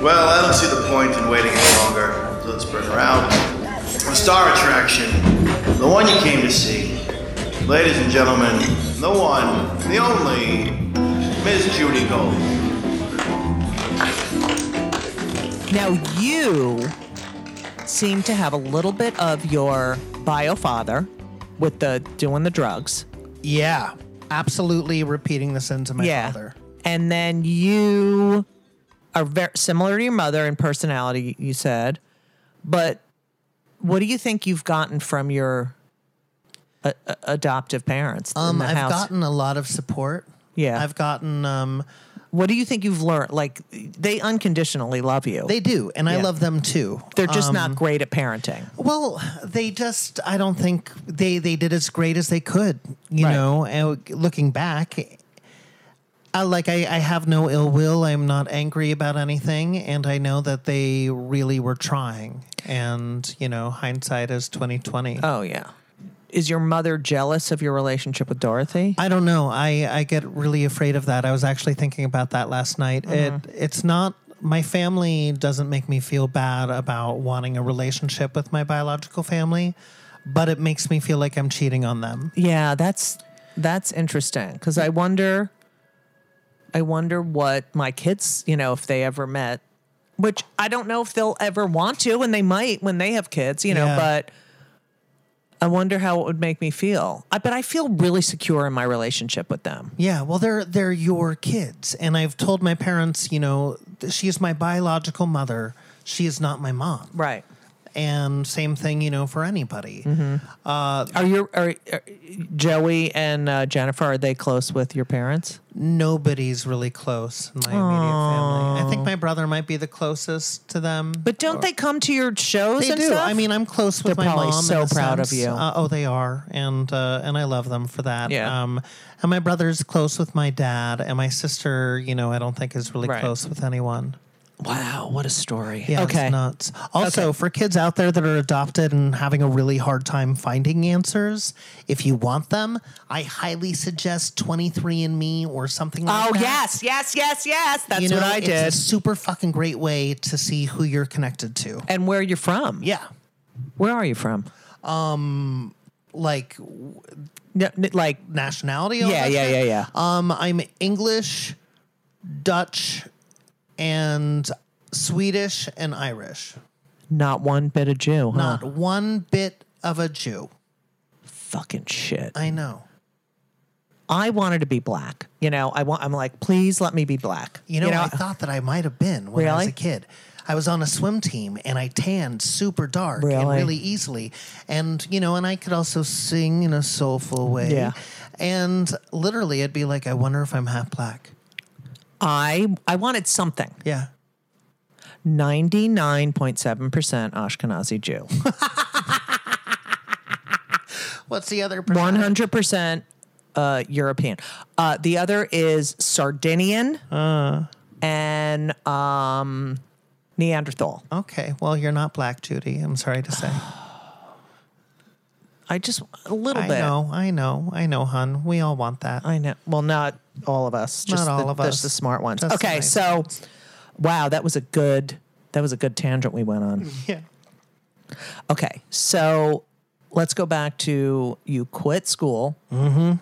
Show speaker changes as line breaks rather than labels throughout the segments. Well, I don't see the point in waiting any longer. So let's bring her out. The star attraction, the one you came to see. Ladies and gentlemen, the one, the only, Miss Judy Gold.
Now you seem to have a little bit of your bio father with the doing the drugs.
Yeah, absolutely repeating the sins of my
yeah.
father.
And then you are very similar to your mother in personality, you said. But what do you think you've gotten from your a- a- adoptive parents in
Um,
the
I've
house?
gotten a lot of support.
Yeah.
I've gotten um,
what do you think you've learned? Like they unconditionally love you.
they do, and I
Yeah.
love them too.
They're just
Um,
not great at parenting.
Well, they just I don't think they they did as great as they could, you
Right.
know, and looking back I like I, I have no ill will. I'm not angry about anything, and I know that they really were trying. And you know, hindsight is twenty twenty.
Oh yeah. Is your mother jealous of your relationship with Dorothy?
I don't know. I, I get really afraid of that. I was actually thinking about that last night. It it's not my family doesn't make me feel bad about wanting a relationship with my biological family, but it makes me feel like I'm cheating on them.
Yeah, that's that's interesting because I wonder, I wonder what my kids, you know, if they ever met, which I don't know if they'll ever want to, and they might when they have kids, you know,
Yeah.
but. I wonder how it would make me feel. I, but I feel really secure in my relationship with them.
Yeah, well they're they're your kids and I've told my parents, you know, th- she is my biological mother. She is not my mom.
Right.
And same thing, you know, for anybody.
Are your are, are Joey and uh, Jennifer are they close with your parents?
Nobody's really close in my immediate family. I think my brother might be the closest to them.
But don't they come to your shows
Uh, They
and
do.
stuff?
I mean, I'm close
They're
with my
probably
mom. in
so
a
proud of
sense.
you.
Uh, oh, they are, and uh, and I love them for that.
Yeah.
Um, and my brother's close with my dad, and my sister, you know, I don't think is really
Right.
close with anyone.
wow, what a story.
Yeah,
okay.
it's nuts. Also,
Okay.
for kids out there that are adopted and having a really hard time finding answers, if you want them, I highly suggest 23andMe or something like
Oh
that.
yes, yes, yes, yes. That's
you know,
what I did.
It's a super fucking great way to see who you're connected to.
and where you're from?
Yeah.
Where are you from?
Like
No, n- like
nationality. all
yeah,
that
yeah,
shit?
yeah, yeah.
Um, I'm English, Dutch, and Swedish and Irish.
Not one bit of Jew, huh?
Not one bit of a Jew.
Fucking shit.
I know.
I wanted to be black. You know, I want. I'm like, please let me be black.
You know, I thought that I might have been when I was
Really?
a kid. I was on a swim team and I tanned super dark and
Really?
really easily. And, you know, and I could also sing in a soulful way.
Yeah.
And literally, I'd be like, I wonder if I'm half black.
I I wanted something.
Yeah.
Ninety nine point seven percent Ashkenazi Jew.
What's the other
One
percent?
hundred percent European. Uh, the other is Sardinian Uh. and um, Neanderthal.
Okay. Well, you're not black, Judy. I'm sorry to say.
I just a little
I
bit.
know, I know, I know, hun. We all want that.
I know. Well, not all of us. Just
Not all
the,
of
just
us.
the smart ones.
Just the
okay,
nice
so wow, that was a good that was a good tangent we went on.
yeah.
Okay, so let's go back to you quit school. Mm-hmm.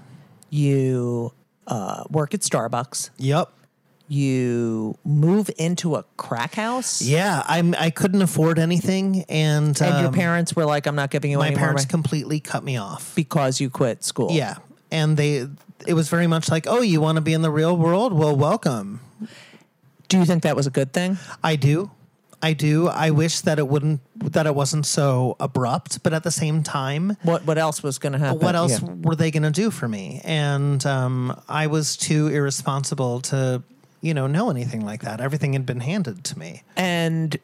You uh, work at Starbucks.
Yep.
You move into a crack house.
Yeah, I'm. I couldn't afford anything, and,
And your
um,
parents were like, "I'm not giving you
my
any
parents
more money
completely cut me off.
because you quit school."
Yeah, and they. It was very much like, oh, you want to be in the real world? Well, welcome.
Do you think that was a good thing?
I do. I do. I wish that it wouldn't. That it wasn't so abrupt, but at the same time,
What What else was going to happen?
what else
Yeah.
were they going to do for me? And um, I was too irresponsible to, you know, know anything like that. Everything had been handed to me.
And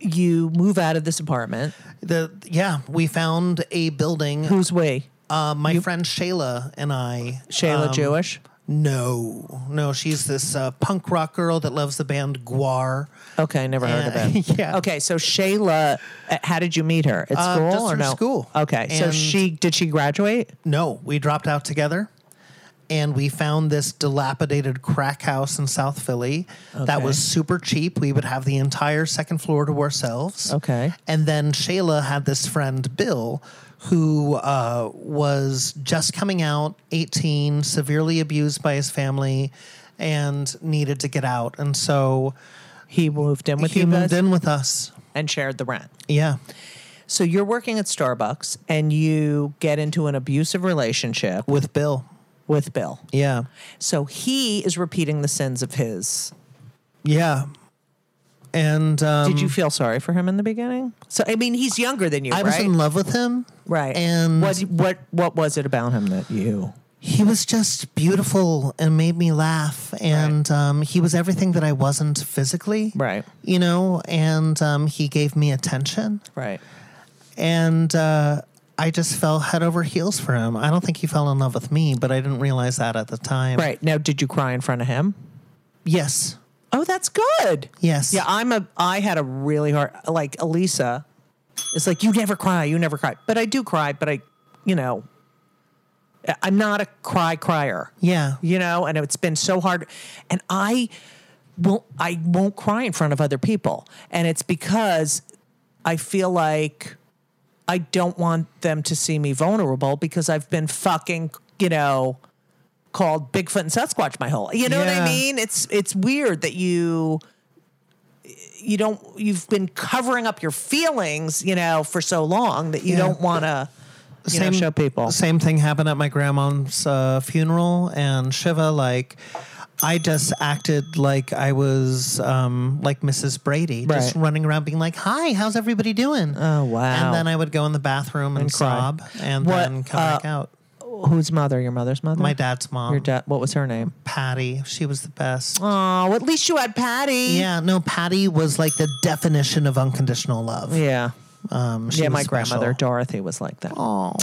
you move out of this apartment.
The yeah, we found a building.
Who's we?
Uh, my friend Shayla and I.
Shayla
um,
Jewish.
No, no, she's this uh, punk rock girl that loves the band Guar.
Okay, never heard of it.
yeah.
Okay, so Shayla, uh, how did you meet her? At
Uh,
school
just
or
through
no?
school.
Okay, so
And-
she did she graduate?
No, we dropped out together, and we found this dilapidated crack house in South Philly that
Okay.
was super cheap. We would have the entire second floor to ourselves.
Okay.
And then Shayla had this friend, Bill, who uh, was just coming out, 18, severely abused by his family, and needed to get out. And so
He moved in with
he
you
moved
guys
in with us.
and shared the rent.
Yeah.
So you're working at Starbucks and you get into an abusive relationship
With Bill.
with Bill.
Yeah.
So he is repeating the sins of his.
Yeah. And um,
Did you feel sorry for him in the beginning? So I mean, he's younger than you,
I was
right?
in love with him.
right.
And
what what what was it about him that you?
he was just beautiful and made me laugh. And um, he was everything that I wasn't physically.
Right.
You know, and um, he gave me attention.
Right.
And uh, I just fell head over heels for him. I don't think he fell in love with me, but I didn't realize that at the time.
Right. Now, did you cry in front of him?
Yes.
Oh, that's good.
Yes.
Yeah, I'm a. I had a really hard like Elisa. It's like you never cry, you never cry, but I do cry. But I, you know, I- I'm not a cry crier.
Yeah.
you know, and it's been so hard. And I won't. I won't cry in front of other people, and it's because I feel like I don't want them to see me vulnerable because I've been fucking, you know, called Bigfoot and Sasquatch my whole. You know what
Yeah.
I mean? It's it's weird that you you don't you've been covering up your feelings, you know, for so long that you
Yeah.
don't want to you know, show people.
Same thing happened at my grandma's uh, funeral and Shiva. Like, I just acted like I was um, like Mrs. Brady, just
Right.
running around being like, "Hi, how's everybody doing?"
Oh, wow.
And then I would go in the bathroom and,
cry.
sob, and
What,
then come back out.
Whose mother? Your mother's mother?
My dad's mom,
Your dad. What was her name?
Patty, she was the best.
Oh, at least you had Patty.
Yeah, no, Patty was like the definition of unconditional love.
Yeah.
Um, she
yeah,
was
my
special.
grandmother Dorothy was like that. Oh.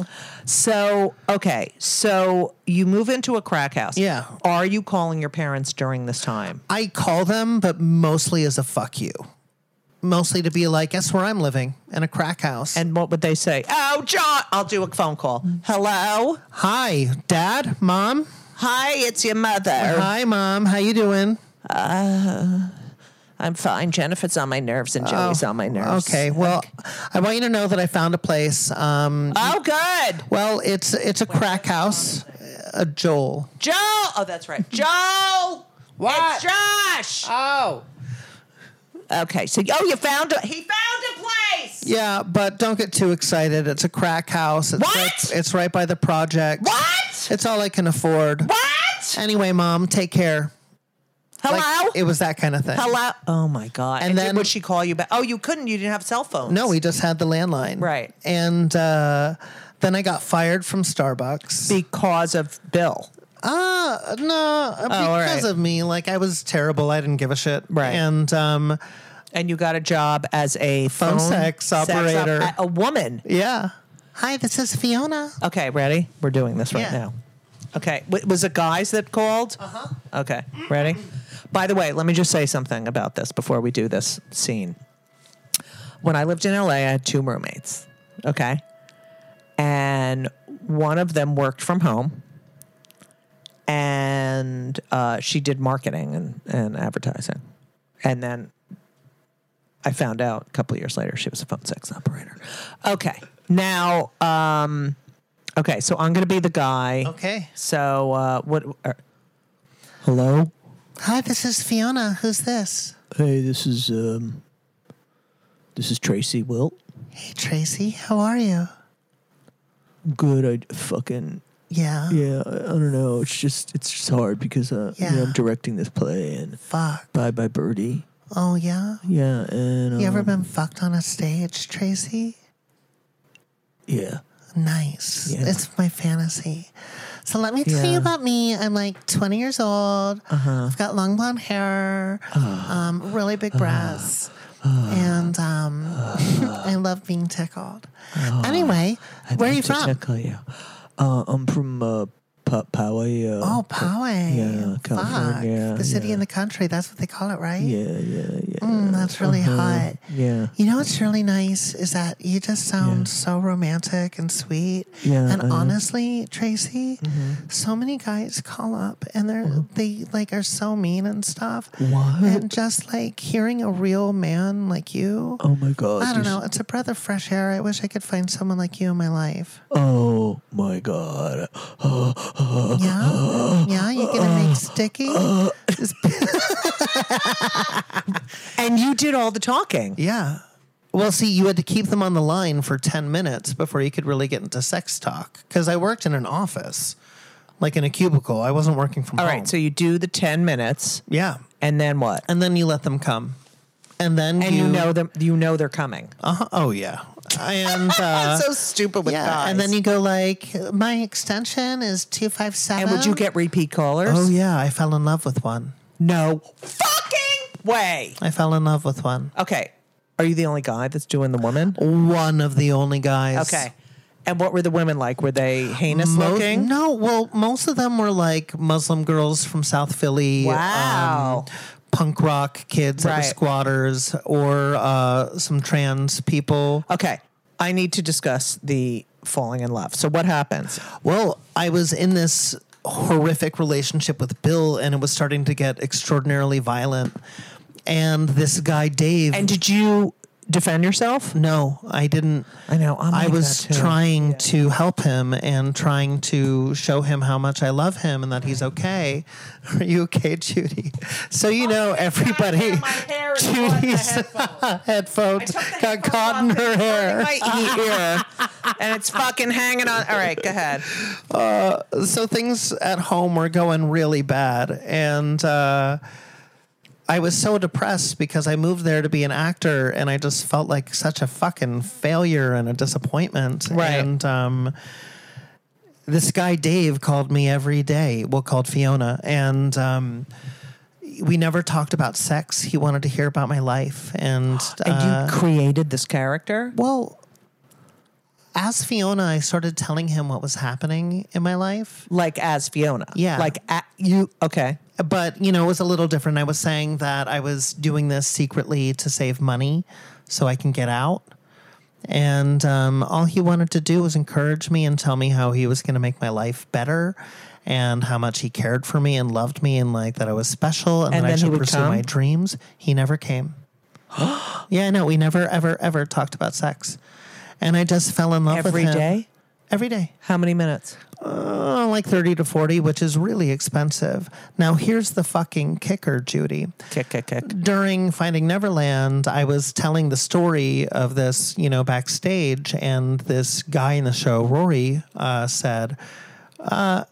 So, okay. So you move into a crack house.
Yeah.
Are you calling your parents during this time?
I call them, but mostly as a fuck you. Mostly to be like, guess where I'm living? In a crack house.
And what would they say? Oh, John, I'll do a phone call. Hello.
hi, dad, mom.
Hi, it's your mother.
Hi, mom. How you doing?
I'm fine. Jennifer's on my nerves and Joey's on my nerves.
Okay. Well, I want you to know that I found a place. Um,
Oh, good.
well, it's it's a crack house. A Joel.
Joe. Oh, that's right. Joe.
What?
It's Josh.
Oh.
Okay. So, oh, you found a, he found a place.
Yeah, but don't get too excited. It's a crack house. It's
What?
Right, it's right by the project.
What?
It's all I can afford.
What?
Anyway, mom, take care.
Hello?
Like, it was that kind of thing.
Hello. Oh my god! And,
then-
then would she call you back? Oh, you couldn't. You didn't have cell phones.
No, we just had the landline.
Right.
And uh, then I got fired from Starbucks.
because of Bill.
uh, no,
Oh, all
because
right.
of me. Like, I was terrible. I didn't give a shit.
Right.
And um,
And you got a job as a phone,
sex operator.
a- a woman.
yeah. Hi, this is Fiona.
Okay, ready? We're doing this right
Yeah.
now. Okay, w- was it guys that called? Uh huh. Okay, ready? By the way, let me just say something about this before we do this scene. When I lived in LA, I had two roommates, okay? And one of them worked from home and uh, she did marketing and, and advertising. And then I found out a couple of years later she was a phone sex operator. Okay, now, um, okay, so I'm gonna be the guy.
Okay.
So uh, what? Uh, hello.
Hi, this is Fiona. Who's this?
Hey, this is um, this is Tracy Wilt.
Hey, Tracy. How are you?
Good. I fucking
Yeah.
yeah. I, I don't know. It's just it's just hard because uh, you know,
Yeah.
I'm directing this play and
Fuck.
Bye Bye Birdie.
Oh, yeah.
Yeah, and um,
You ever been fucked on a stage, Tracy?
yeah.
Nice.
Yeah.
It's my fantasy. So let me tell you
Yeah. Uh-huh.
about me. I'm like 20 years old. I've got long blonde hair,
Ah.
um, really big breasts, and um,
Ah.
I love being tickled. anyway,
I'd
where are
love
you
to
from?
Tickle you. Uh, I'm from uh, Pa- Poway. Uh,
Oh, Poway.
Yeah, California,
Fuck. The city
yeah.
and the country. That's what they call it, right?
Yeah, yeah, yeah. Uh-huh.
Mm, that's really hot.
Yeah.
You know what's really nice is that you just sound so romantic and sweet.
Yeah,
And
I know. Mm-hmm.
honestly, Tracy, so many guys call up and they're they like are so mean and stuff.
Oh. What?
And just like hearing a real man like you.
Oh my god.
I don't
this-
know. It's a breath of fresh air. I wish I could find someone like you in my life.
Oh my god.
Yeah, yeah. You're gonna make sticky.
And you did all the talking.
Yeah. Well, see, you had to keep them on the line for 10 minutes before you could really get into sex talk. Because I worked in an office, like in a cubicle. I wasn't working from
All
home.
right, so you do the 10 minutes
yeah.
and then what?
And then you let them come. And then
And you, know them you know they're coming.
Uh-huh. Oh, yeah. And, uh,
so stupid with
yeah.
guys.
And then you go, like, my extension is 257.
And would you get repeat callers?
Oh, yeah. I fell in love with one.
No fucking way.
I fell in love with one.
Okay. Are you the only guy that's doing the woman?
One of the only guys.
Okay. And what were the women like? Were they heinous
Mo-
looking?
No, well, most of them were like Muslim girls from South Philly.
Wow.
um, punk rock kids that were
Right.
squatters or uh, some trans people.
Okay. I need to discuss the falling in love. So what happens?
Well, I was in this horrific relationship with Bill and it was starting to get extraordinarily violent. And this guy, Dave.
And did you defend yourself?
no, I didn't.
I know. I'm
I
like
was
that too.
trying to help him and trying to show him how much I love him and that he's okay. Are you okay, Judy? So
Oh,
you know everybody.
my hair is on the
Judy's
headphones.
headphones
the
got
headphones
caught in
off,
her
it's
hair.
right here, and it's fucking hanging on. All right, go ahead.
so things at home were going really bad and uh, i was so depressed because i moved there to be an actor and i just felt like such a fucking failure and a disappointment
Right.
and um, this guy dave called me every day well called fiona and um, we never talked about sex he wanted to hear about my life and, uh,
and you created this character.
well as fiona i started telling him what was happening in my life
Like as Fiona.
Yeah.
Like at, you. Okay.
but you know, it was a little different. I was saying that I was doing this secretly to save money so I can get out. And um, all he wanted to do was encourage me and tell me how he was going to make my life better and how much he cared for me and loved me and like that I was special and,
And
that I
then he
should
would
pursue
come?
my dreams. He never came. yeah, I know. We never, ever, ever talked about sex. And I just fell in love
Every
with him.
day?
Every day
How many minutes?
uh, like 30 to 40, which is really expensive. Now, here's the fucking kicker, Judy.
Kick, kick, kick.
During Finding Neverland, I was telling the story of this, you know, backstage, and this guy in the show, Rory, uh, said, "Uh,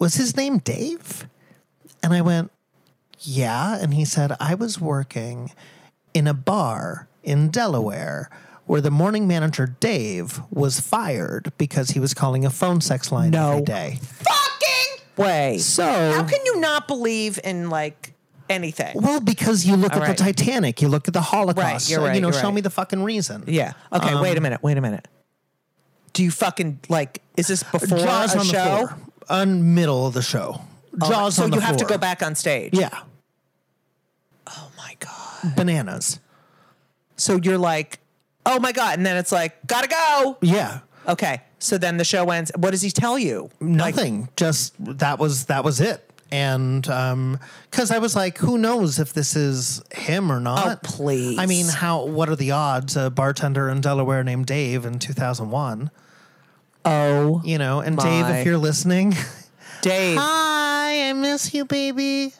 was his name Dave? And I went, yeah. And he said, I was working in a bar in Delaware where the morning manager, Dave, was fired because he was calling a phone sex line
No.
every day.
Fucking way.
So,
how can you not believe in like anything?
well, because you look
All
at
right.
the Titanic, you look at the Holocaust.
you're
uh,
right,
you know,
you're
show
right.
me the fucking reason.
Yeah. Okay.
Um,
wait a minute. Wait a minute. Do you fucking like? Is this before
Uh, Jaws
a
on the
show?
floor. On middle of the show.
Oh,
Jaws
so
on the
you have to go
floor.
back on stage.
Yeah.
Oh my god.
Bananas.
So you're like, oh my god, and then it's like, gotta go.
Yeah.
Okay. So then the show ends. What does he tell you?
nothing just that was that was it and um because i was like who knows if this is him or not
Oh, please.
i mean how what are the odds a bartender in delaware named dave in 2001
Oh,
you know and
My.
dave if you're listening
Dave.
hi i miss you baby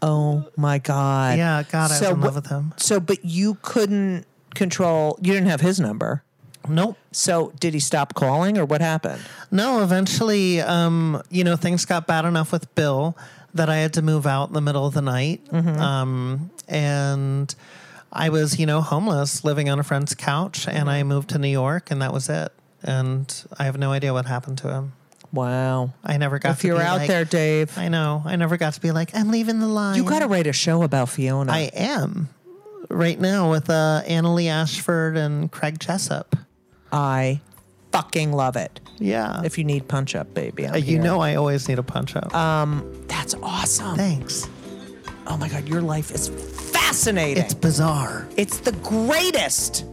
Oh my god.
yeah god i was in
wha-
love with him
So, but you couldn't control. You didn't have his number.
nope
So did he stop calling or what happened?
No, eventually, um, you know, things got bad enough with Bill that I had to move out in the middle of the night. Um, and I was, you know, homeless, living on a friend's couch, and I moved to New York, and that was it. And I have no idea what happened to him.
Wow.
I never got.
If
to
you're
be
out
like-
there, Dave,
I know. I never got to be like, I'm leaving the line.
you got to write a show about Fiona.
I am right now with uh, Annalie Ashford and Craig Jessup.
I fucking love it.
Yeah.
If you need punch up, baby. I'm
Uh, you
here. Um,
know I always need a punch up.
That's awesome.
Thanks.
Oh my God, your life is fascinating.
It's bizarre.
it's the greatest.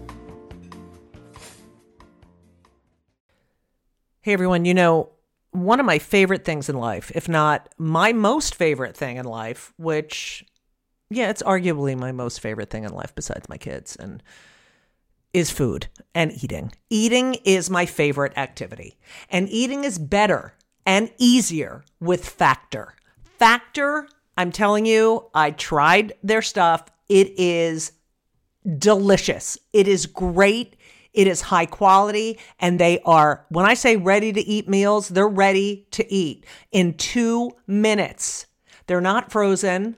Hey everyone, you know, one of my favorite things in life, if not my most favorite thing in life, which yeah, it's arguably my most favorite thing in life besides my kids and is food and eating. Eating is my favorite activity. And eating is better and easier with Factor. Factor, I'm telling you, I tried their stuff. It is delicious. It is great. It is high quality. And they are, when I say ready to eat meals, they're ready to eat in two minutes. They're not frozen.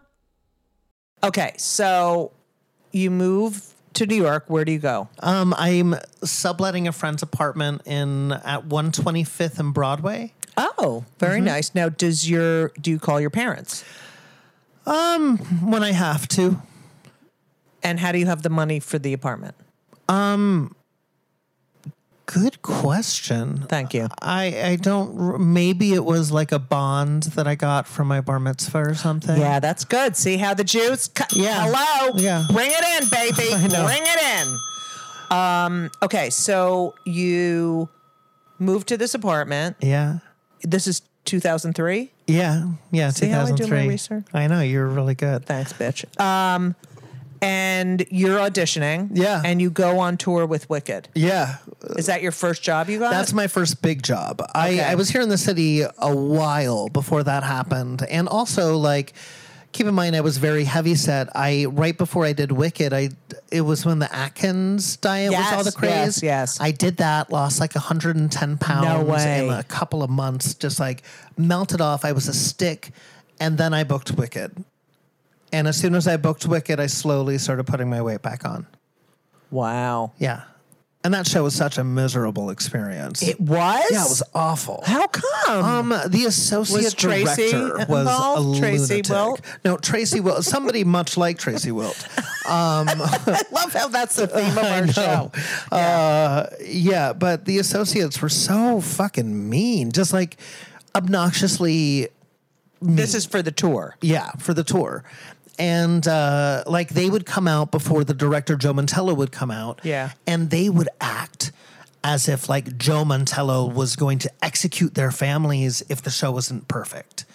Okay, so you move to New York. Where do you go?
Um, I'm subletting a friend's apartment in at 125th and Broadway.
Oh, very nice. Now, does your do you call your parents? Mm-hmm.
When I have to,
And how do you have the money for the apartment?
good question.
Thank you.
I I don't. r- Maybe it was like a bond that I got from my bar mitzvah or something.
Yeah, that's good. See how the Jews? Cu-
Yeah.
Hello.
Yeah.
Bring it in, baby.
I know.
Bring it in. Um. Okay. So you moved to this apartment.
Yeah.
This is 2003.
Yeah. Yeah.
how I do my
2003.
research?
I know you're really good.
Thanks, bitch. Um. And you're auditioning.
Yeah.
And you go on tour with Wicked.
Yeah.
Is that your first job you got?
That's my first big job. I,
Okay.
I was here in the city a while before that happened. And also, like, keep in mind, I was very heavy set. I, right before I did Wicked, I, it was when the Atkins diet was all the
Yes, yes,
craze.
yes.
I did that, lost like 110 pounds
way.
in a couple of months, just like melted off. I was a stick. And then I booked Wicked. And as soon as I booked Wicked, I slowly started putting my weight back on.
wow.
Yeah. And that show was such a miserable experience.
It was.
Yeah, it was awful.
How come?
Um, the associate
Was Tracy
director was
involved?
a
Tracy
lunatic.
Wilt?
No, Tracy Wilt. Somebody much like Tracy Wilt.
love how that's the theme of
I
our
know.
show.
Uh, yeah, but the associates were so fucking mean, just like obnoxiously
This is for the tour.
Yeah, for the tour. And uh, like they would come out before the director Joe Mantello would come out.
Yeah.
And they would act as if like Joe Mantello was going to execute their families if the show wasn't perfect.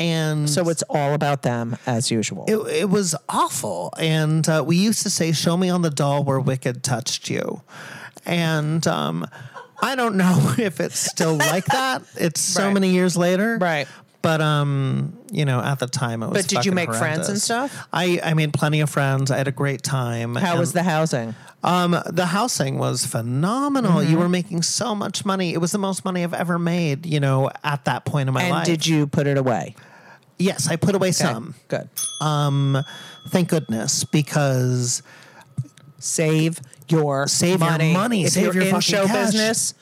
And
So it's all about them as usual.
it, it was awful. And uh, we used to say, Show me on the doll where Wicked touched you. And um, I don't know if it's still like that. It's so
Right.
many years later.
Right.
But um, you know, at the time it was.
But did you
fucking
make friends and
horrendous.
stuff?
I I made plenty of friends. I had a great time.
How
and
was the housing?
um, the housing was phenomenal.
Mm-hmm.
You were making so much money. It was the most money I've ever made, you know, at that point in my
And
life.
did you put it away?
Yes, I put away
Okay,
some.
Good.
Um, thank goodness, because
Save your
Save your
money.
money.
If
Save
you're
your
in
fucking
show
cash.
business,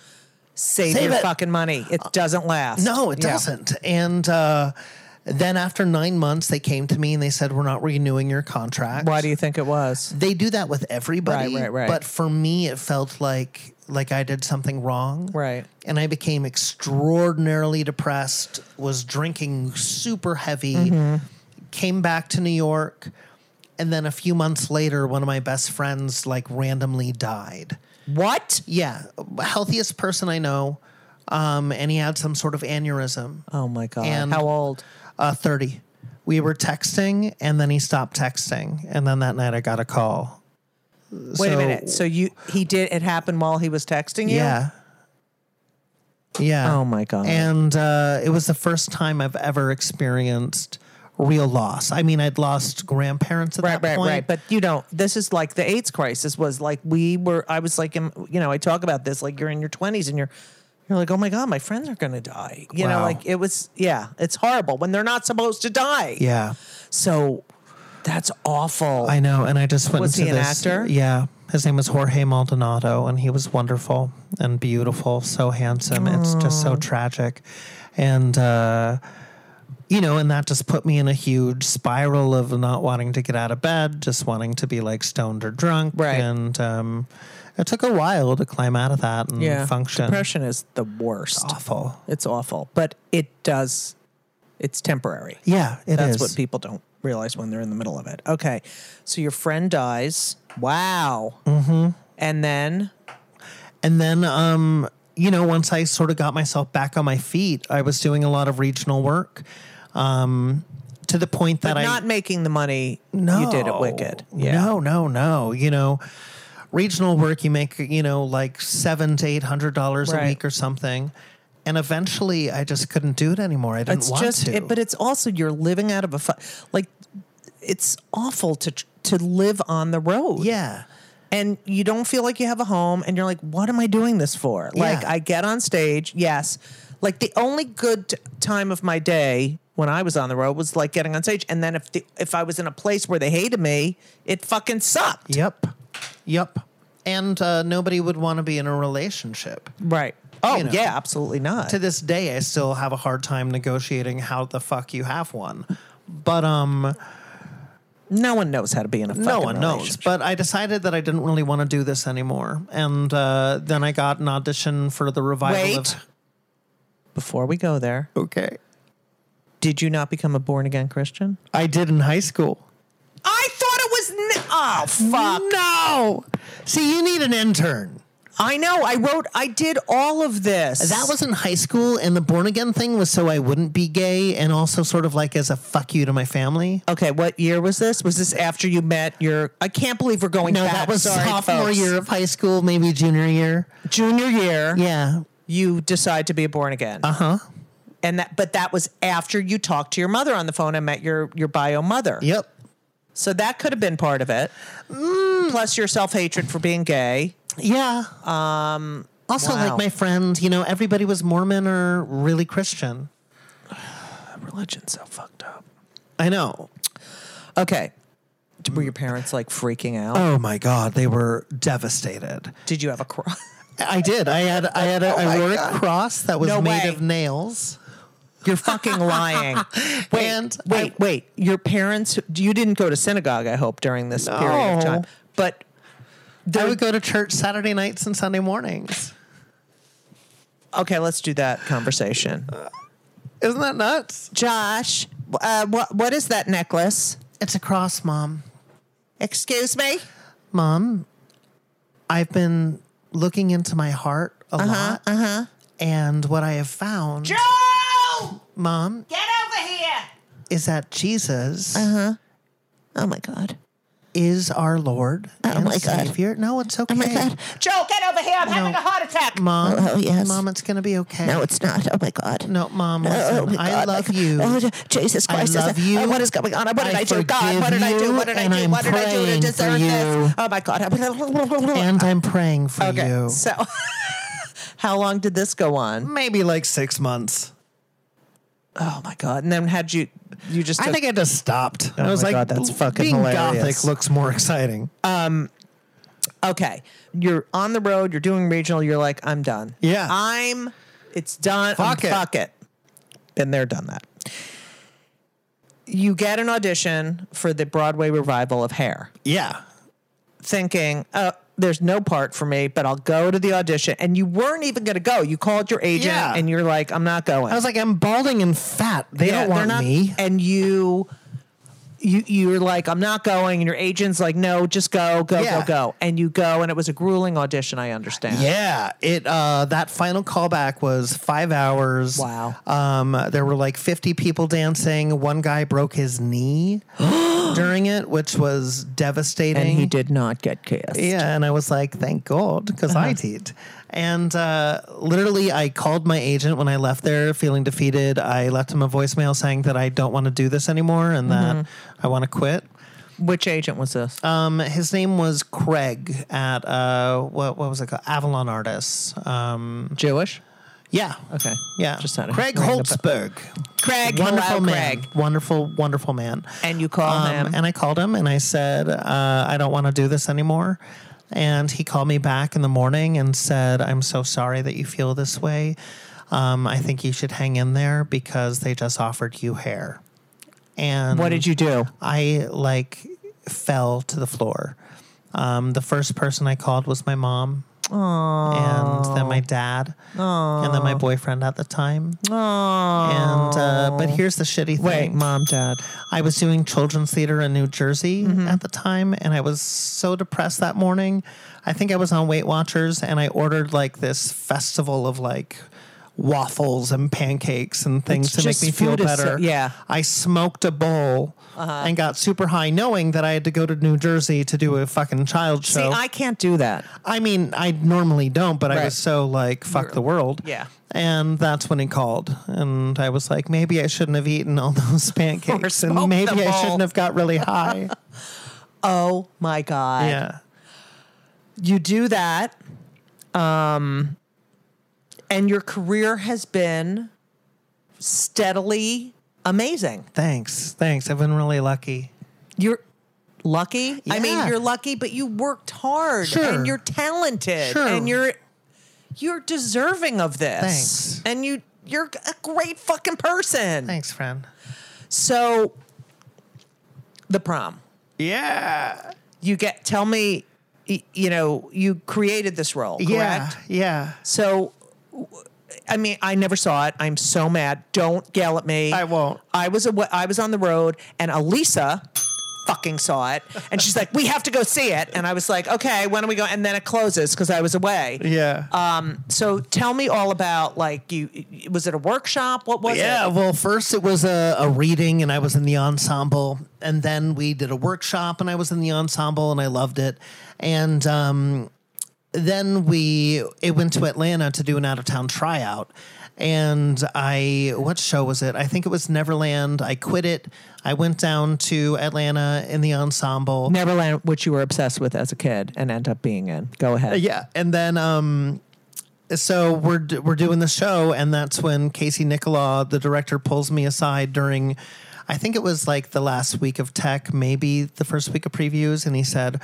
save,
Save
your
it. Uh,
fucking money. It doesn't llast.
no, it
Yeah.
doesn't. And uh, then after nine months, they came to me and they said, We're not renewing your contract.
Why do you think it was?
They do that with everybody.
Right, right, right.
But for me, it felt like like I did something wrong.
Right.
And I became extraordinarily depressed, was drinking super heavy,
Mm-hmm.
came back to New York, and then a few months later, one of my best friends like randomly died.
What?
Yeah, healthiest person I know. Um, and he had some sort of aneurysm.
Oh my god.
And-
How old?
Uh, 30. We were texting and then he stopped texting. And then that night I got a call.
Wait a minute. So you he did it happened while he was texting you?
Yeah. Yeah.
Oh my God.
And uh, it was the first time I've ever experienced real loss. I mean, I'd lost grandparents at
Right,
that
right,
point.
right. But you know, this is like the AIDS crisis was like we were. I was like, in- you know, I talk about this like you're in your twenties and you're, you're like, oh my god, my friends are gonna die. You know,
Wow.
like it was. Yeah, it's horrible when they're not supposed to die.
yeah,
So that's awful.
I know. And I just went
Was he
into
an
this-
actor?
Yeah, his name was Jorge Maldonado, and he was wonderful and beautiful, so handsome. It's just so tragic, and. Uh, you know, and that just put me in a huge spiral of not wanting to get out of bed, just wanting to be like stoned or drunk.
Right.
And um, it took a while to climb out of that and
yeah.
function. Oh.
Depression is the worst.
Awful.
It's awful, but it does. It's temporary.
Yeah, it is.
That's what people don't realize when they're in the middle of it. Okay, so your friend dies. Wow. Mm-hmm. And then
and then, um, you know, once I sort of got myself back on my feet, I was doing a lot of regional work um, to the point that
but
I
not making the money
no,
you did at Wicked. Yeah.
No, no, no. You know, regional work, you make you know like seven to eight hundred dollars
Right.
a week or something, and eventually I just couldn't do it anymore. I didn't
it's
want
just,
to.
it, but it's also you're living out of a fu- like. It's awful to tr- to live on the road.
yeah,
and you don't feel like you have a home and you're like what am i doing this for like
Yeah.
i get on stage yes like the only good t- time of my day when i was on the road was like getting on stage and then if the, if i was in a place where they hated me it fucking sucked
yep, yep. And uh, nobody would want to be in a relationship.
right oh
You know.
yeah absolutely not
to this day I still have a hard time negotiating how the fuck you have one. But um
no one knows how to be in a fucking
no one knows.
relationship.
But I decided that I didn't really want to do this anymore. And uh then I got an audition for the revival
wait
of
before we go there
Okay.
did you not become a born again christian
I did in high school.
i thought it was n- oh fuck
No. See, you need an intern.
i know i wrote i did all of this
That was in high school, and the born again thing was so I wouldn't be gay, and also sort of like as a fuck you to my family.
Okay, what year was this? Was this after you met your? I can't believe we're going
No,
back.
that was
Sorry,
sophomore
folks.
year of high school, maybe junior year.
junior year.
Yeah.
You decide to be born again. Uh huh. And that, but that was after you talked to your mother on the phone and met your your bio mother.
Yep.
So that could have been part of it. Plus your self hatred for being gay.
Yeah. Um. Also,
wow.
like my friend, you know, everybody was Mormon or really Christian.
Religion's so fucked up.
I know.
Okay. Were your parents like freaking out?
Oh my God, they were devastated. Oh
Did you have a cross?
I did. I had. I had. A, I wore a cross that was
No
made
way.
of nails.
You're fucking lying. Wait,
And I-
wait, wait. Your parents, you didn't go to synagogue, I hope, during this period of
No.
time. But
I would go to church Saturday nights and Sunday mornings.
okay, let's do that conversation.
Isn't that nuts?
Josh, uh, what, what is that necklace?
It's a cross, mom.
Excuse me?
Mom, I've been looking into my heart a lot, uh-huh. and what I have found,
Joe!
mom,
Get over here!
Uh-huh. is that Jesus
Oh my God.
is our Lord and
my God.
Savior. No, it's okay.
Oh my God.
Joe, get over here. I'm having a heart attack.
Mom,
Oh, yes.
mom, it's gonna be okay.
No, it's not. Oh my God.
No, mom,
Oh,
listen,
my
I
God.
love
Like,
you.
Oh, Je- Jesus
I
Christ. is-
love
uh,
you.
oh, what is going on? What did
I
I, do? God, what
forgive
did I
you,
do? What did I
and
do?
I'm
what did I do
praying for
to deserve
you.
this? Oh my God.
and I'm praying for
Okay.
you.
So, how long did this go on?
Maybe like six months.
Oh my God. And then had you, you just,
I
took-
think I just stopped. Oh I
my
was like,
God, that's fucking
being
hilarious.
gothic looks more exciting.
okay, you're on the road, you're doing regional, you're like, I'm done.
Yeah.
I'm, it's done.
Fuck
I'm-
it.
Fuck it. Been there, done that. You get an audition for the Broadway revival of Hair.
yeah.
thinking, oh, there's no part for me, but I'll go to the audition. And you weren't even going to go. You called your agent
Yeah.
and you're like, I'm not going.
I was like, I'm balding and fat. They don't want me.
And you, you, you're like, I'm not going. And your agent's like, no, just go, go,
Yeah.
go, go. And you go. And it was a grueling audition, I understand.
Yeah, it uh, that final callback was five hours.
Wow.
Um, there were like fifty people dancing. One guy broke his knee during it, which was devastating.
And he did not get cast.
Yeah, and I was like, thank God, because I
Uh-huh.
did. And uh, literally, I called my agent when I left there feeling defeated. I left him a voicemail saying that I don't want to do this anymore and that
Mm-hmm.
I want to quit.
Which agent was this?
Um, his name was Craig at uh, what, what was it called? Avalon Artists. Um,
Jewish?
yeah.
Okay.
Yeah.
Just had a
Craig
random-
Holtzberg.
Craig.
Wonderful
hello,
man.
Craig.
Wonderful, wonderful man. Um,
And you call him.
And I called him and I said, uh, I don't want to do this anymore. And he called me back in the morning and said, I'm so sorry that you feel this way. Um, I think you should hang in there because they just offered you hair. And
What did you do?
I like fell to the floor. Um, the first person I called was my mom. And then my dad. And then my boyfriend at the time. And uh, but here's the shitty thing.
Wait, mom, dad. Mm-hmm.
I was doing children's theater in New Jersey at the time, and I was so depressed that morning. I think I was on Weight Watchers, and I ordered like this festival of like waffles and pancakes and things
It's
to make
just
me feel
food is so-
better.
yeah.
I smoked a bowl
Uh-huh.
and got super high, knowing that I had to go to New Jersey to do a fucking child
See,
show.
I can't do that.
I mean, I normally don't, but I
Right.
was so like, fuck the world.
yeah.
And that's when he called. And I was like, maybe I shouldn't have eaten all those pancakes.
smoked
And maybe
them
I
all.
shouldn't have got really high.
Oh my God.
yeah.
you do that um and your career has been steadily amazing
Thanks. Thanks. I've been really lucky.
you're lucky i mean
Yeah.
you're lucky but you worked hard
Sure.
and you're talented
Sure.
and you're you're deserving of this
Thanks.
and you you're a great fucking person
Thanks, friend.
so the prom
Yeah.
you get tell me y- you know you created this role correct
Yeah. Yeah.
So, w- I mean, I never saw it. I'm so mad. Don't yell at me.
I won't.
I was awa- I was on the road, and Elisa fucking saw it, and she's like, "We have to go see it." And I was like, "Okay, when are we going?" And then it closes because I was away. Um,
Yeah.
Uh, So tell me all about like you. Was it a workshop? What was
yeah,
it?
well, first it was a, a reading and I was in the ensemble. And then we did a workshop and I was in the ensemble and I loved it. And um, then we it went to Atlanta to do an out of town tryout. And I, what show was it? I think it was Neverland. I quit it. I went down to Atlanta in the ensemble.
Neverland, which you were obsessed with as a kid, and end up being in. Go ahead.
Yeah, and then um, so we're d- we're doing the show, and that's when Casey Nicola, the director, pulls me aside during. I think it was like the last week of tech, maybe the first week of previews, and he said,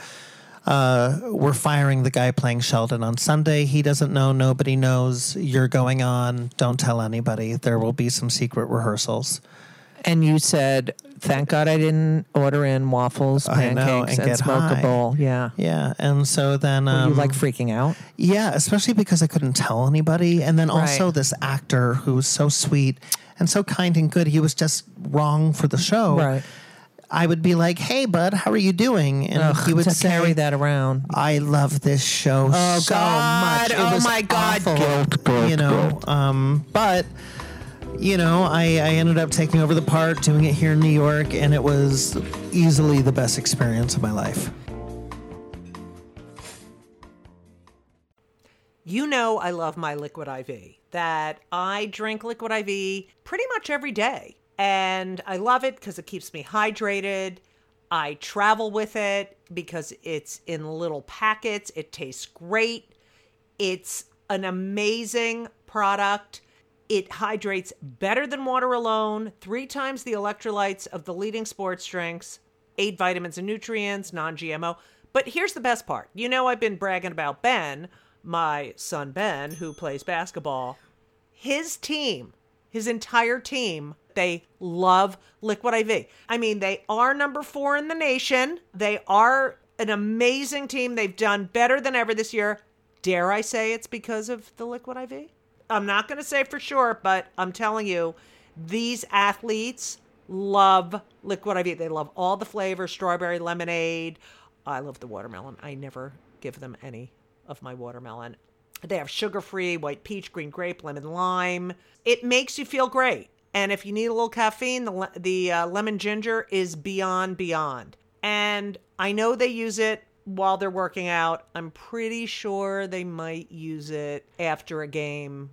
uh, "We're firing the guy playing Sheldon on Sunday. He doesn't know. Nobody knows. You're going on. Don't tell anybody. There will be some secret rehearsals."
And you said, "Thank God I didn't order in waffles,
I know,
pancakes,
and
and,
get
smoke a
high."
bowl." Yeah.
Yeah, and so then um,
you like freaking out?
Yeah, especially because I couldn't tell anybody. And then also
Right.
this actor who was so sweet and so kind and good, he was just wrong for the show.
Right.
I would be like, Hey bud, how are you doing? And he would
to
say
carry that around.
I love this show
Oh,
so
God.
much. It
Oh,
was
my God.
awful, you know. Um, but you know, I, I ended up taking over the part, doing it here in New York, and it was easily the best experience of my life.
You know, I love my liquid IV, that I drink liquid IV pretty much every day. And I love it because it keeps me hydrated. I travel with it because it's in little packets. It tastes great. It's an amazing product. It hydrates better than water alone, three times the electrolytes of the leading sports drinks, eight vitamins and nutrients, non GMO. But here's the best part you know, I've been bragging about Ben, my son Ben, who plays basketball. His team, his entire team, they love Liquid IV. I mean, they are number four in the nation. They are an amazing team. They've done better than ever this year. Dare I say it's because of the liquid IV? I'm not going to say for sure, but I'm telling you, these athletes love liquid IV. They love all the flavors strawberry, lemonade. I love the watermelon. I never give them any of my watermelon. They have sugar free, white peach, green grape, lemon lime. It makes you feel great. And if you need a little caffeine, the, le- the uh, lemon ginger is beyond, beyond. And I know they use it while they're working out. I'm pretty sure they might use it after a game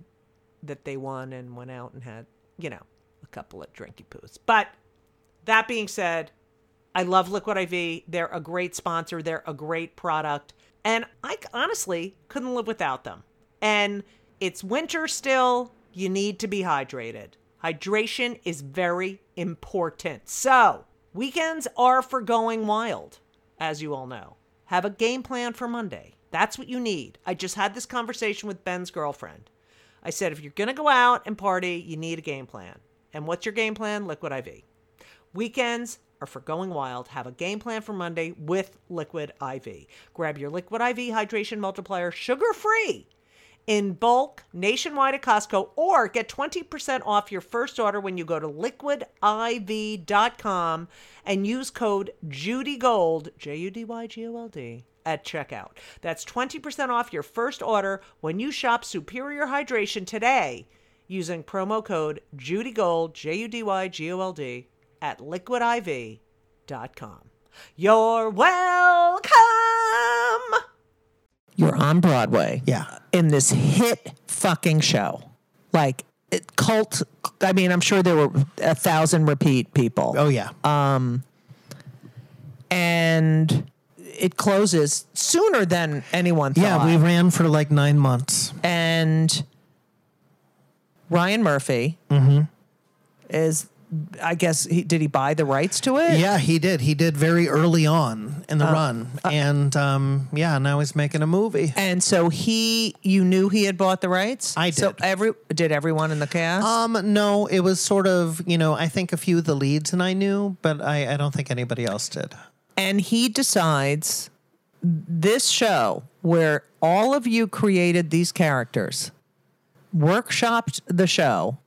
that they won and went out and had, you know, a couple of drinky poos. But that being said, I love Liquid IV. They're a great sponsor. They're a great product. And I c- honestly couldn't live without them. And it's winter still. You need to be hydrated. Hydration is very important. So, weekends are for going wild, as you all know. Have a game plan for Monday. That's what you need. I just had this conversation with Ben's girlfriend. I said, if you're going to go out and party, you need a game plan. And what's your game plan? Liquid IV. Weekends are for going wild. Have a game plan for Monday with Liquid IV. Grab your Liquid IV hydration multiplier sugar free in bulk nationwide at Costco or get 20% off your first order when you go to liquidiv.com and use code JUDYGOLD, J U D Y G O L D, at checkout. That's 20% off your first order when you shop Superior Hydration today using promo code JUDYGOLD, J U D Y G O L D, at liquidiv.com. You're welcome!
You're on Broadway.
Yeah.
In this hit fucking show. Like, it, cult. I mean, I'm sure there were a thousand repeat people.
Oh, yeah.
And it closes sooner than anyone thought.
yeah, we ran for like nine months.
and Ryan Murphy
Mm-hmm.
is, I guess, he, did he buy the rights to it?
Yeah, he did. He did very early on in the run. and um, yeah, now he's making a movie.
And so he, you knew he had bought the rights.
I
So
did.
every did everyone in the cast?
Um, no, it was sort of, you know, I think a few of the leads and I knew, but I, I don't think anybody else did.
and he decides this show where all of you created these characters, workshopped the show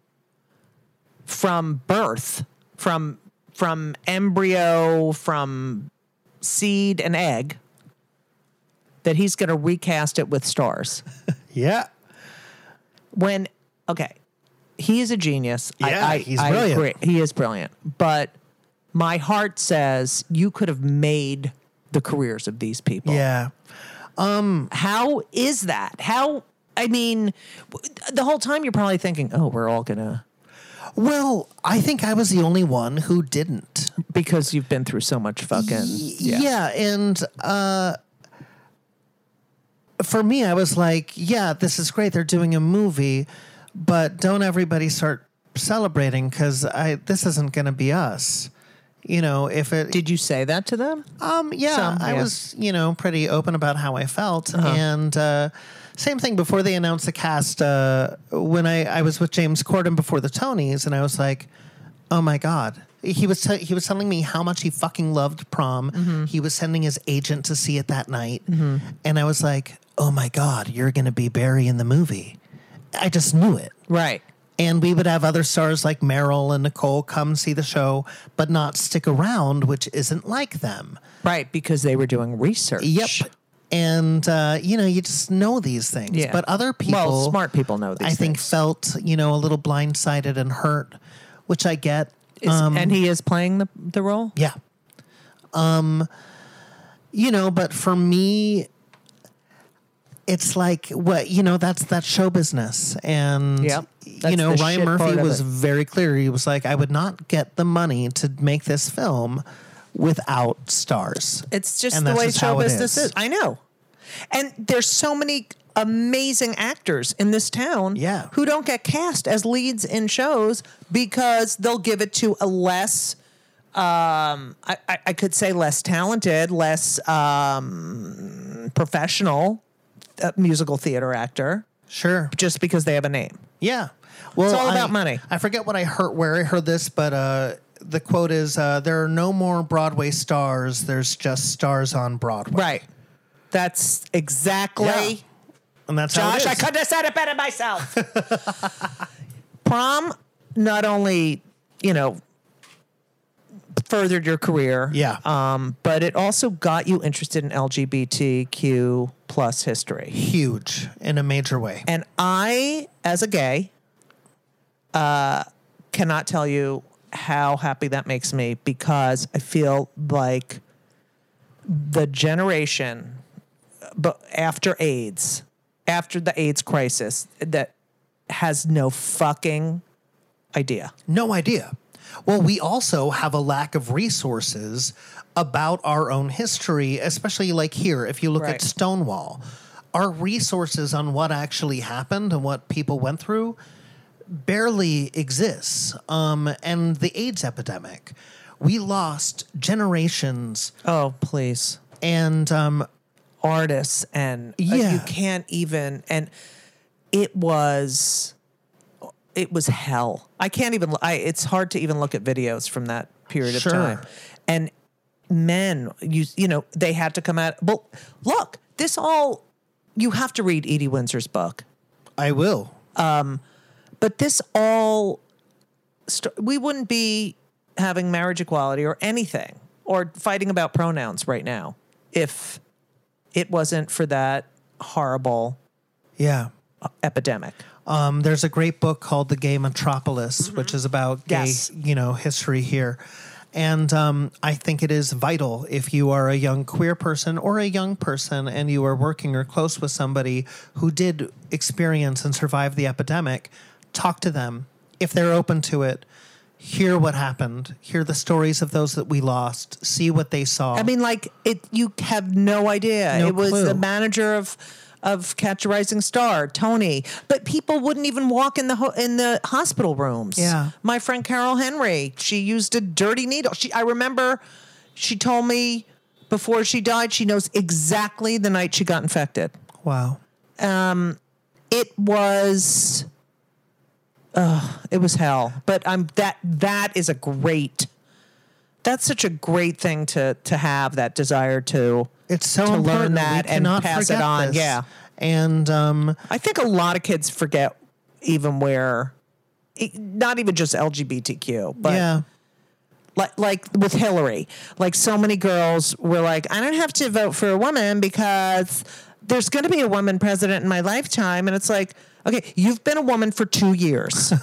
from birth, from from embryo, from seed and egg, that he's going to recast it with stars.
Yeah.
When okay, he is a genius.
Yeah,
I, I,
he's
I
brilliant.
agree. He is brilliant, but my heart says you could have made the careers of these people.
Yeah.
How is that? How I mean, w- the whole time you're probably thinking, "Oh, we're all gonna,"
Well, I think I was the only one who didn't.
because you've been through so much fucking.
yeah. and uh for me i was like yeah this is great they're doing a movie but don't everybody start celebrating because i this isn't gonna be us you know if it
Did you say that to them?
um yeah
Some,
i
yeah.
was you know pretty open about how i felt and uh same thing before they announced the cast uh when i i was with james corden before the tonys and i was like Oh my god. He was t- he was telling me how much he fucking loved prom. He was sending his agent to see it that night. And I was like, "Oh my god, you're going to be Barry in the movie." I just knew it.
Right.
And we would have other stars like Meryl and Nicole come see the show but not stick around, which isn't like them.
Right, because they were doing research.
Yep. and uh, you know you just know these things.
Yeah.
But other people,
well, smart people know these
I think
things.
felt you know a little blindsided and hurt, which I get. Um,
Is- and he is playing the the role.
Yeah. Um you know, but for me it's like what you know that's that show business and
Yep. That's
you know
the
Ryan
shit part
Murphy
of
was
it.
very clear he was like I would not get the money to make this film without stars.
It's just
And
the
that's
way
just
show
how it
business is.
is.
I know. And there's so many amazing actors in this town
Yeah.
who don't get cast as leads in shows because they'll give it to a less um I, I, I could say less talented, less um professional uh, musical theater actor
Sure.
just because they have a name.
Yeah. Well,
all about
I-
money.
I forget what I heard where I heard this, but uh, the quote is uh, there are no more Broadway stars, there's just stars on Broadway.
Right. That's exactly
Yeah. And that's how it
Josh,
is.
I couldn't have said it better myself. Prom not only, you know, furthered your career,
Yeah.
um, but it also got you interested in LGBTQ plus history.
huge in a major way.
And I, as a gay, uh, cannot tell you how happy that makes me because I feel like the generation but after AIDS, after the AIDS crisis, that has no fucking idea.
No idea. Well, we also have a lack of resources about our own history, especially like here, if you look
Right.
at Stonewall. Our resources on what actually happened and what people went through barely exists. Um, and the AIDS epidemic, we lost generations
Oh, please.
and um,
artists and uh, you
Yeah.
can't even and it was it was hell i can't even i it's hard to even look at videos from that period
Sure.
of time and men you you know they had to come out well look this all you have to read edie windsor's book
I will.
but this all st- we wouldn't be having marriage equality or anything or fighting about pronouns right now if it wasn't for that horrible
Yeah.
epidemic
Um, there's a great book called The Gay Metropolis, which is about gay,
Yes.
you know, history here. And um, I think it is vital if you are a young queer person or a young person and you are working or close with somebody who did experience and survive the epidemic, talk to them. If they're open to it, hear what happened, hear the stories of those that we lost, see what they saw.
i mean like it you have no idea
No
it was the
clue.
manager of of catch a rising star tony but people wouldn't even walk in the ho- in the hospital rooms
Yeah.
my friend carol henry she used a dirty needle she i remember she told me before she died she knows exactly the night she got infected
wow.
it was ugh, it was hell but i'm that that is a great that's such a great thing to to have that desire to
It's so
to learn
important. We
that and
cannot
pass it
forget
on.
this.
Yeah.
And um,
i think a lot of kids forget even where e- not even just lgbtq but
yeah.
like like with Hillary, like so many girls were like, I don't have to vote for a woman because there's going to be a woman president in my lifetime, and it's like, okay, you've been a woman for two years,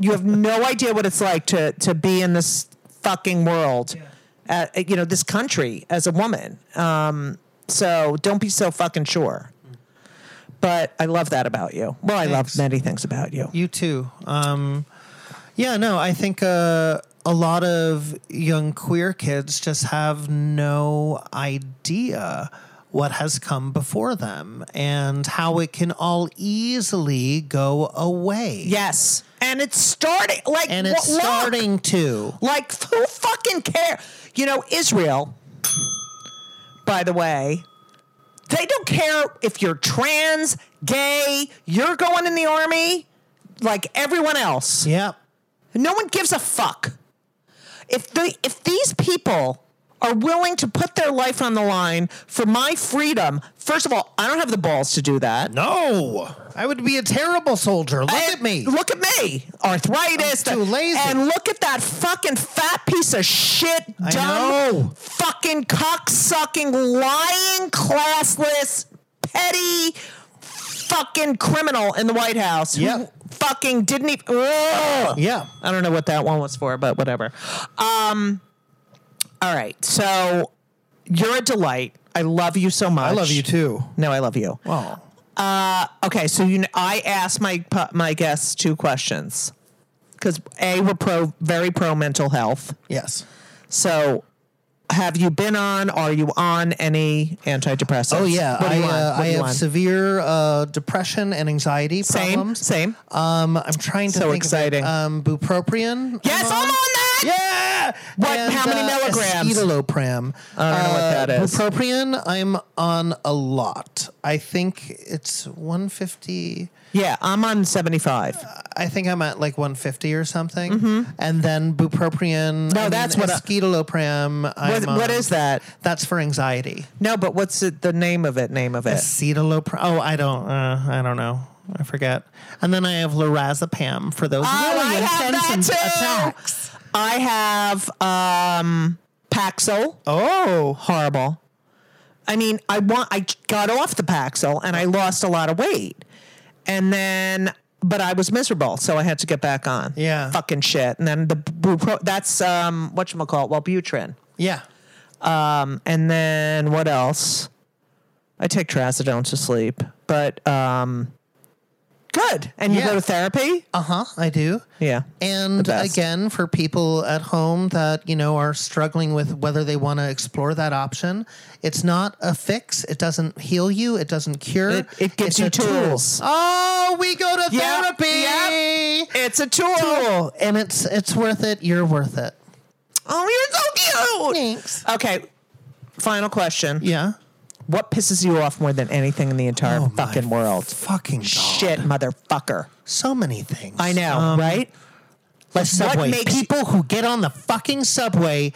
you have no idea what it's like to to be in this fucking world, uh, you know, this country as a woman. Um, so don't be so fucking sure. But I love that about you. Well, I love
Thanks.
many things about you.
You too. Um, yeah, no, I think uh, a lot of young queer kids just have no idea what has come before them and how it can all easily go away.
Yes. And it's starting like
And it's
wh- look.
starting to.
Like, who fucking care? You know, Israel, by the way, they don't care if you're trans, gay, you're going in the army, like everyone else.
Yep.
No one gives a fuck. If they, if these people are willing to put their life on the line for my freedom. First of all, I don't have the balls to do that.
No, I would be a terrible soldier. Look
And
at me.
Look at me. Arthritis.
I'm too lazy.
And look at that fucking fat piece of shit,
I
dumb,
know.
fucking cock sucking, lying, classless, petty, fucking criminal in the White House. who
Yeah.
Fucking didn't even. Ugh.
Yeah.
I don't know what that one was for, but whatever. Um, all right. So you're a delight. I love you so much.
I love you too.
No, I love you.
Wow.
Okay, so you, kn- I asked my pu- my guests two questions because a we're pro very pro mental health.
Yes.
So, have you been on? Are you on any antidepressants?
Oh yeah,
What do
I,
you on?
uh,
What
I
do you
have
on?
severe uh, depression and anxiety
same
problems.
same.
Um, I'm trying to
So
think
exciting.
Of it. Um, bupropion. Uh-huh.
yes, I'm on that.
Yeah. uh,
What- how many milligrams?
Escitalopram.
I don't know what
Uh,
that is.
Bupropion. I'm on a lot. I think it's 150.
Yeah, I'm on seventy five.
I think I'm at like 150 or something. And then bupropion.
Mm-hmm. No,
I mean,
that's what I-
escitalopram. I'm
What, what
on.
is that?
That's for anxiety.
No, but what's it, the name of it? Name of it?
Escitalopram. Oh, I don't. Uh, I don't know. I forget. And then I have lorazepam for
Oh,
those really intense attacks.
I have um, Paxil.
Oh.
horrible. I mean, I want I got off the Paxil and I lost a lot of weight. And then but I was miserable, so I had to get back on.
Yeah.
Fucking shit. And then the bupro- that's um whatchamacallit, Wellbutrin.
Yeah.
Um and then what else? I take trazodone to sleep, but um good. And you
Yeah.
go to therapy?
Uh huh. I do.
Yeah.
And
best.
again, for people at home that, you know, are struggling with whether they want to explore that option, it's not a fix. It doesn't heal you. It doesn't cure.
It- it gives
It's
you
a tool.
tools.
Oh, we go to
Yep,
therapy.
It's a tool.
Tool. And it's it's worth it. You're worth it.
Oh, you're so cute.
Thanks.
Okay. Final question.
Yeah.
What pisses you off more than anything in the entire
Oh, my
fucking world?
Fucking God.
Shit, motherfucker.
So many things.
I know, right?
Like subway.
makes-
people who get on the fucking subway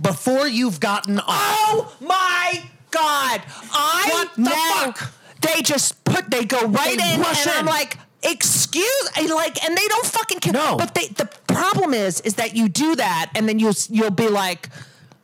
before you've gotten off.
Oh my God. I
What the
now-
fuck?
They just put, they go right
They
in,
rush
and I'm
in.
like, excuse, I like, and they don't fucking care.
No.
But they, the problem is, is that you do that, and then you, s- you'll be like,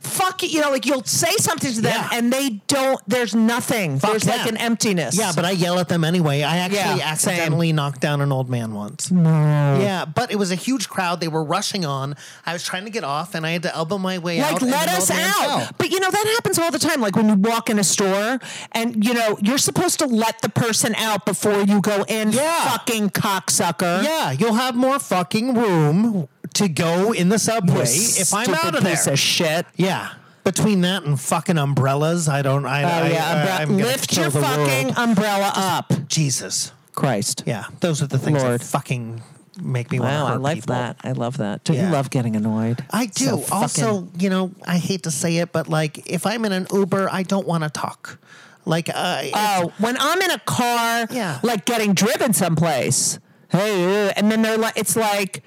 fuck it, you know, like you'll say something to them,
Yeah.
and they don't, there's nothing.
Fuck
there's like
them.
an emptiness.
Yeah, but I yell at them anyway. I actually
Yeah,
accidentally knocked down an old man once. Yeah, but it was a huge crowd. They were rushing on. I was trying to get off, and I had to elbow my way out.
like
and
let
an
us
old man
out
fell.
but you know that happens all the time like when you walk in a store and you know you're supposed to let the person out before you go in
Yeah.
fucking cocksucker
Yeah, you'll have more fucking room to go in the subway
You
if I'm
stupid
out of
piece
there.
of shit
yeah, between that and fucking umbrellas, I don't. I,
oh
I,
yeah
I,
umbre-
am
lift your
the
fucking
world.
umbrella up
Jesus.
christ
Yeah, those are the things
Lord.
that fucking make me want to
Wow,
hurt
I love
people.
that. I love that. Do you
Yeah.
love getting annoyed?
I do.
So fucking-
also, you know, I hate to say it, but like if I'm in an Uber, I don't want to talk. Like, uh, it's-
Oh, when I'm in a car,
Yeah.
like getting driven someplace. Hey, uh, and then they're like, it's like,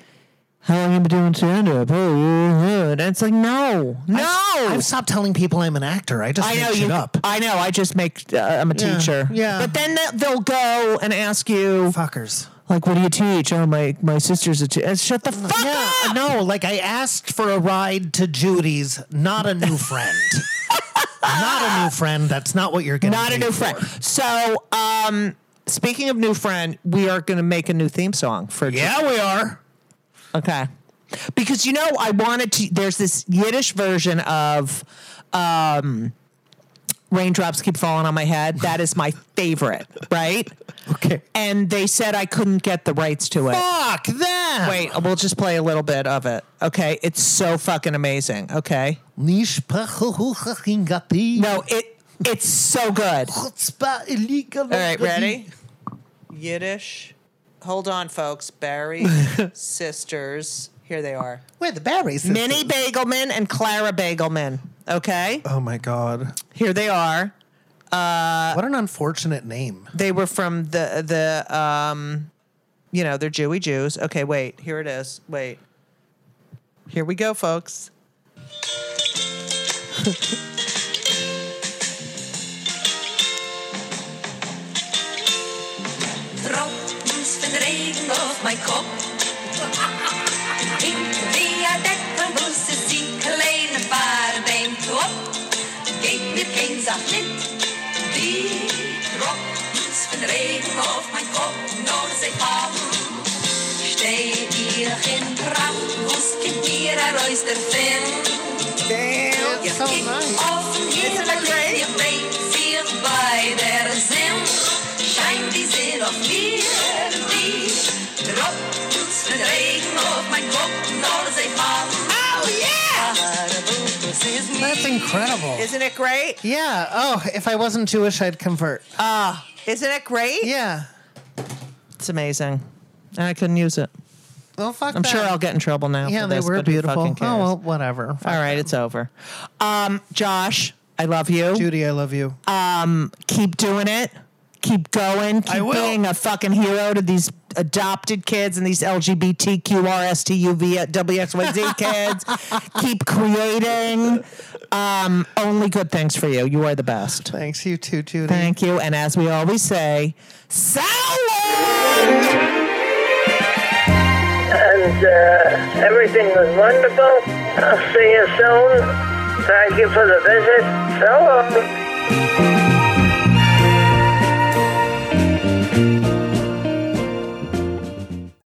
how long you been doing stand up? Hey, uh, uh," and it's like, no, no.
I- I've stopped telling people I'm an actor. I just
I
make
know
shit
you.
up.
I know. I just make. Uh, I'm a
Yeah,
teacher.
yeah.
But then they- they'll go and ask you,
Fuckers.
like, "What do you teach?" Oh, my my sister's a teacher. Shut the fuck
Yeah,
up.
no, like I asked for a ride to Judy's, not a new friend. not a new friend. That's not what you're getting.
Not a
paid
new
for.
friend. So, um, speaking of new friend, we are going to make a new theme song for
Yeah, we are.
Okay. Because you know, I wanted to. There's this Yiddish version of um, "Raindrops Keep Falling on My Head." That is my favorite, right?
Okay.
And they said I couldn't get the rights to it.
Fuck that.
Wait, we'll just play a little bit of it. Okay, it's so fucking amazing. Okay, no, it it's so good. All right, ready? Yiddish. Hold on, folks. Barry sisters. Here they are.
Where the berries?
Minnie Bagelman and Clara Bagelman. Okay,
Oh my god.
here they are. Uh,
What an unfortunate name.
They were from the the um, you know, they're Jewy Jews. Okay, wait. Here it is. Wait. Here we go, folks.
Drottningsvän regn auf mein Kopf. Im Viadukt von Busses die kleine Fahrt den Top. Geht mir kein Sach mit. Die Drottningsvän regn auf mein Kopf. Nur sie haben. Steh ich in Traum, was gibt mir ein Reus der Finn?
Damn,
so Offen Himmel, ihr Blick fiel bei der Sinn. Scheint die Sinn auf mir, die Tropfen's mit Regen auf mein Kopf, Nordseefahrt. Oh yeah! Das ist mir.
That's incredible.
Isn't it great?
Yeah. Oh, if I wasn't Jewish, I'd convert.
Isn't it great?
yeah.
It's amazing. And I couldn't use it.
Oh fuck.
I'm sure I'll get in trouble now.
Yeah,
for
they
this,
were
but who
beautiful.
fucking
Oh
cares?
well, whatever. Fuck
All right, it's over. Um, Josh, I love you.
Judy, I love you.
Uh, Keep doing it. Keep going. Keep
I will.
being a fucking hero to these adopted kids and these LGBTQRSTUVWXYZ kids. Keep creating. Um, only good things for you. You are the best.
Thanks you too, Judy.
Thank you. And as we always say, salad!
and uh, everything was wonderful. I'll see you soon. Thank you for the visit. So long.